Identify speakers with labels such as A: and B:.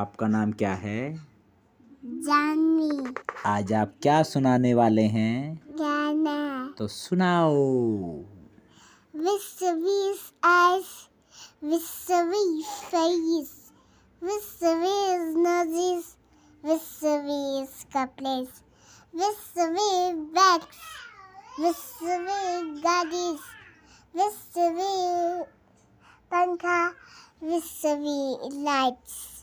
A: आपका नाम क्या है
B: जानी
A: आज आप क्या सुनाने वाले हैं
B: गाना
A: तो सुनाओ
B: विसवीस आइस विसवी फेस विसवीस नोजिस विसवीस कपलेस विसवी बैग्स विसवी गाडीज विसवी पंखा विसवी लाइट्स